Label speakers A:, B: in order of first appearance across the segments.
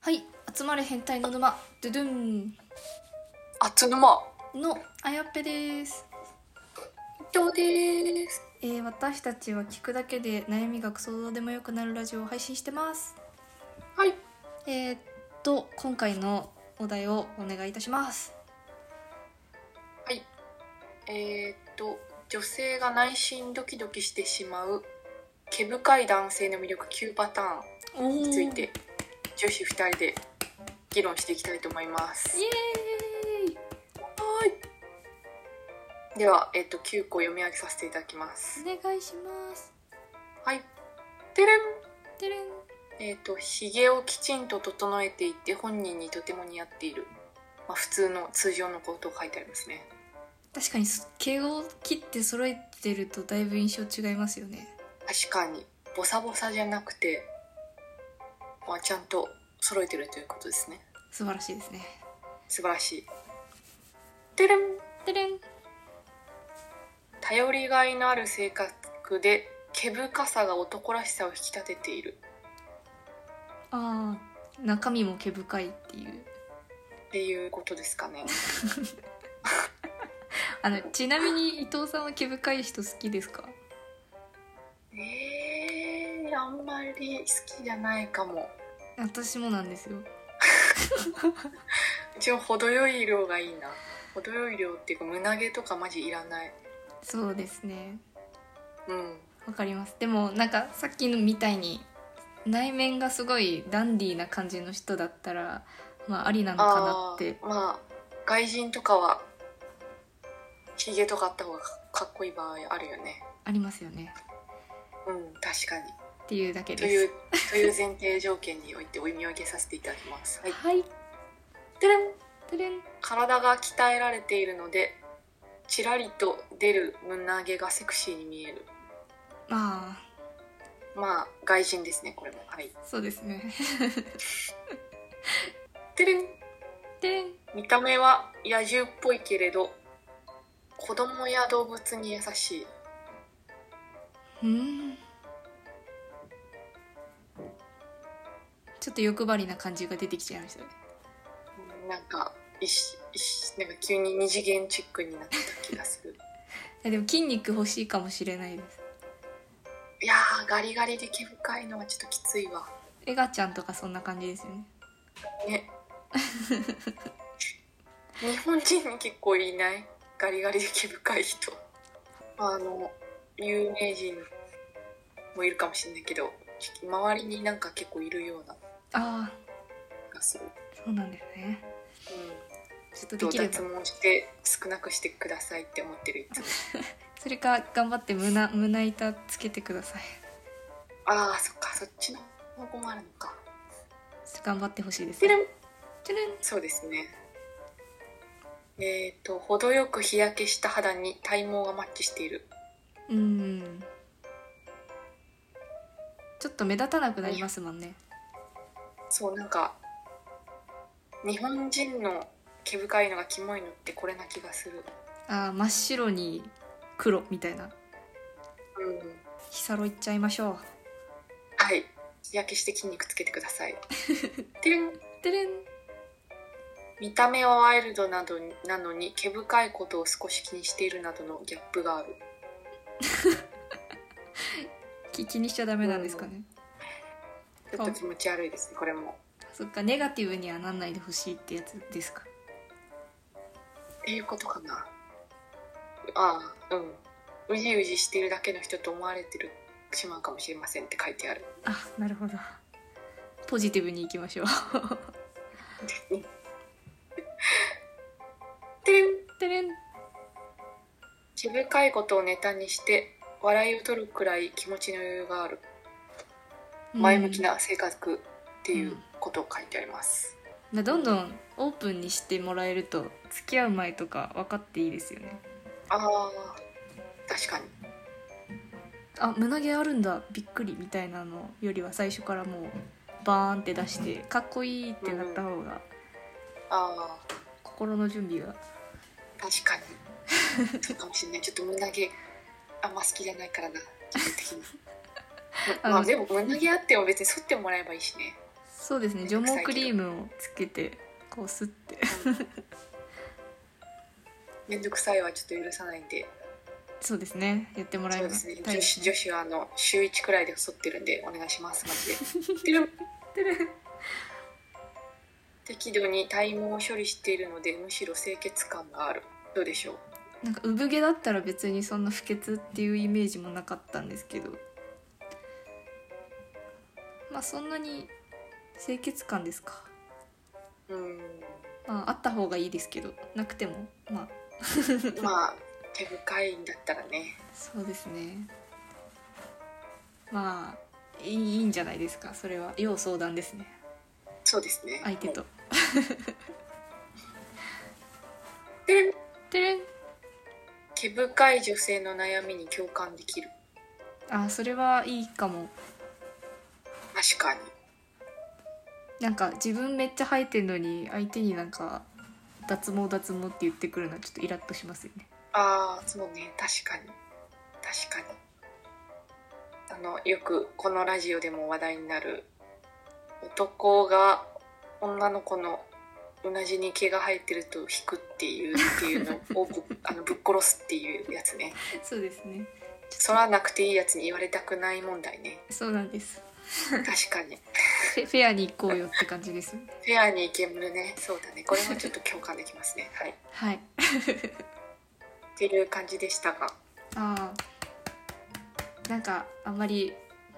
A: はい集まれ変態の沼ドゥドゥン
B: あつぬま。
A: のあやっぺです、
B: どうです。
A: えー、私たちは聞くだけで悩みがクソどうでもよくなるラジオを配信してます
B: はい。
A: えー、っと今回のお題をお願いいたします
B: はい。えー、っと、女性が内心ドキドキしてしまう。毛深い男性の魅力9パター
A: お
B: ン
A: お
B: につ
A: イ
B: い
A: エーイ
B: て。女子2人で。議論していきたいと思います。はい。では、えーっと、9個読み上げさせていただきます。
A: お願いします
B: はい。てれん。
A: てれん
B: えー、とひげをきちんと整えていて本人にとても似合っている、まあ、普通の通常のことを書いてありますね
A: 確かに毛を切って揃えてるとだいぶ印象違いますよね
B: 確かにボサボサじゃなくて、まあ、ちゃんと揃えてるということですね
A: 素晴らしいですね
B: 素晴らしいてれん
A: てれん
B: 頼りがいのある性格で毛深さが男らしさを引き立てている
A: ああ中身も毛深いっていう
B: っていうことですかね
A: あのちなみに伊藤さんは毛深い人好きですか
B: えー、あんまり好きじゃないかも
A: 私もなんですよ
B: うちも程よい量がいいな程よい量っていうか胸毛とかマジいらない
A: そうですね
B: うん
A: わかりますでもなんかさっきのみたいに内面がすごいダンディーな感じの人だったらまあありなのかなって
B: あーまあ外人とかはヒゲとかあった方がかかっこいい場合あるよね
A: ありますよね
B: うん確かに
A: っていうだけ
B: と
A: で
B: い
A: す
B: う という前提条件においてお読み上げさせていただきますはい
A: はい
B: てれん
A: てれん
B: 体が鍛えられているのでちらりと出る胸毛がセクシーに見える
A: まあ
B: まあ外人ですねこれもはい
A: そうですね
B: てれん
A: てれん
B: 見た目は野獣っぽいけれど子供や動物に優しいう
A: ーんちょっと欲張りな感じが出てきちゃいましたね
B: なんかいしいしなんか急に二次元チックになってた気がする
A: いやでも筋肉欲しいかもしれないです
B: いやーガリガリで毛深いのはちょっときついわ
A: エガちゃんとかそんな感じですよね
B: ね日本人に結構いないガリガリで毛深い人あの有名人もいるかもしれないけど周りになんか結構いるような
A: ああ
B: 気がする、
A: そうなんですね
B: うん
A: ちょっとで
B: どう
A: きれ
B: 脱
A: ば
B: 毛して少なくしてくださいって思ってるいつも
A: それか頑張って胸胸板つけてください
B: ああそっかそっちの方向もあるのか
A: ちょっと頑張ってほしいです
B: て
A: ね
B: れん
A: てれん
B: そうですねえっ、と程よく日焼けした肌に体毛がマッチしている
A: うーんちょっと目立たなくなりますもんね
B: そうなんか日本人の毛深いのがキモいのってこれな気がする
A: ああ真っ白に黒みたいな
B: うん
A: 日サロ行っちゃいましょ
B: はい日焼けして筋肉つけてくださいてん
A: うてれん
B: 見た目はワイルドなどになのに毛深いことを少し気にしているなどのギャップがある
A: き気にしちゃダメなんですかね
B: ちょっと気持ち悪いですねこれも
A: そっかネガティブにはなんないでほしいってやつですか
B: っていうことかなああうんうじうじしてるだけの人と思われてるしまうかもしれませんって書いてある
A: あなるほどポジティブにいきましょう
B: てん
A: てれん
B: 毛深いことをネタにして笑いを取るくらい気持ちの余裕がある前向きな性格っていうことを書いてあります、
A: だどんどんオープンにしてもらえると付き合う前とか分かっていいですよね
B: ああ確かに
A: あ胸毛あるんだびっくりみたいなのよりは最初からもうバーンって出してかっこいいってなった方が
B: ああ
A: 心の準備が
B: 確かにそうかもしれないちょっと胸毛あんま好きじゃないからな基本的にまあ
A: あの
B: でも胸毛あっても別に剃ってもらえばいいしね
A: そうですね除毛クリームをつけてこうすって
B: めんどくさいはちょっと許さないんで
A: そうですねやってもらい
B: そう
A: たい
B: ですね
A: で
B: 女
A: す
B: 子
A: ね
B: 女子はあの週1くらいで剃ってるんでお願いしますマジでてる
A: てる
B: 適度に体毛を処理しているのでむしろ清潔感があるどうでしょう
A: なんか産毛だったら別にそんな不潔っていうイメージもなかったんですけどまあそんなに清潔感ですか
B: うん
A: まああった方がいいですけどなくてもまあ
B: まあ手深いんだったらね
A: そうですねまあいいいいんじゃないですかそれは要相談ですね
B: そうですね
A: 相手と
B: てる
A: てれん
B: 毛深い女性の悩みに共感できる
A: あそれはいいかも
B: 確かに
A: なんか自分めっちゃ生えてんのに相手になんか脱毛脱毛って言ってくるのはちょっとイラッとしますよね
B: ああそうね確かに確かにあのよくこのラジオでも話題になる男が女の子の同じに毛が生えてると引くっていうっていうのをぶあのぶっ殺すっていうやつ ね
A: そうですね
B: 剃らなくていいやつに言われたくない問題ね
A: そうなんです
B: 確かに
A: フェフェアに行こうよって感じですよね
B: フェアにいけるねそうだねこれもちょっと共感できますねはい
A: はい
B: っていう感じでした が
A: ああなんかあんまり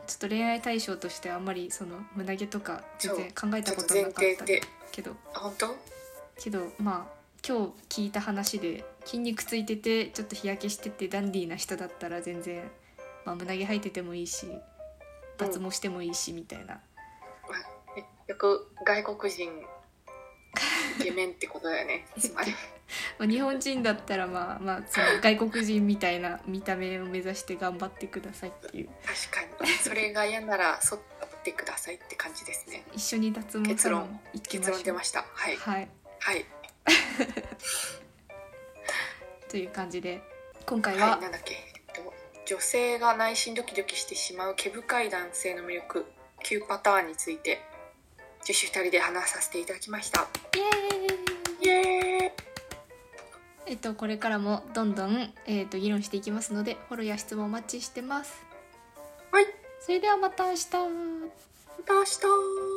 A: ちょっと恋愛対象としてあんまりその胸毛とか全然考え
B: ち
A: た
B: ょっ
A: ことと
B: 前
A: なか
B: 提
A: った
B: で
A: けど
B: あ本当
A: けどまあ今日聞いた話で筋肉ついててちょっと日焼けしててダンディーな人だったら全然、まあ、胸毛生えててもいいし脱毛してもいいしみたいな、
B: よく外国人イケメンってことだよねつまり
A: まあ、日本人だったらまあまあその外国人みたいな見た目を目指して頑張ってくださいっていう
B: 確かにそれが嫌なら剃ってくださいって感じですね
A: 一緒に脱毛サロン行きま
B: 結論
A: し
B: 出
A: ょう
B: ましたはい
A: はい
B: はい
A: という感じで今回は、
B: はいなんだっけ、えっと、女性が内心ドキドキしてしまう毛深い男性の魅力9パターンについて女子2人で話させていただきました
A: イエーイ
B: イエ
A: えっとこれからもどんどん、えっと議論していきますのでフォローや質問お待ちしてます
B: ーイはい
A: それではまた明日
B: また明日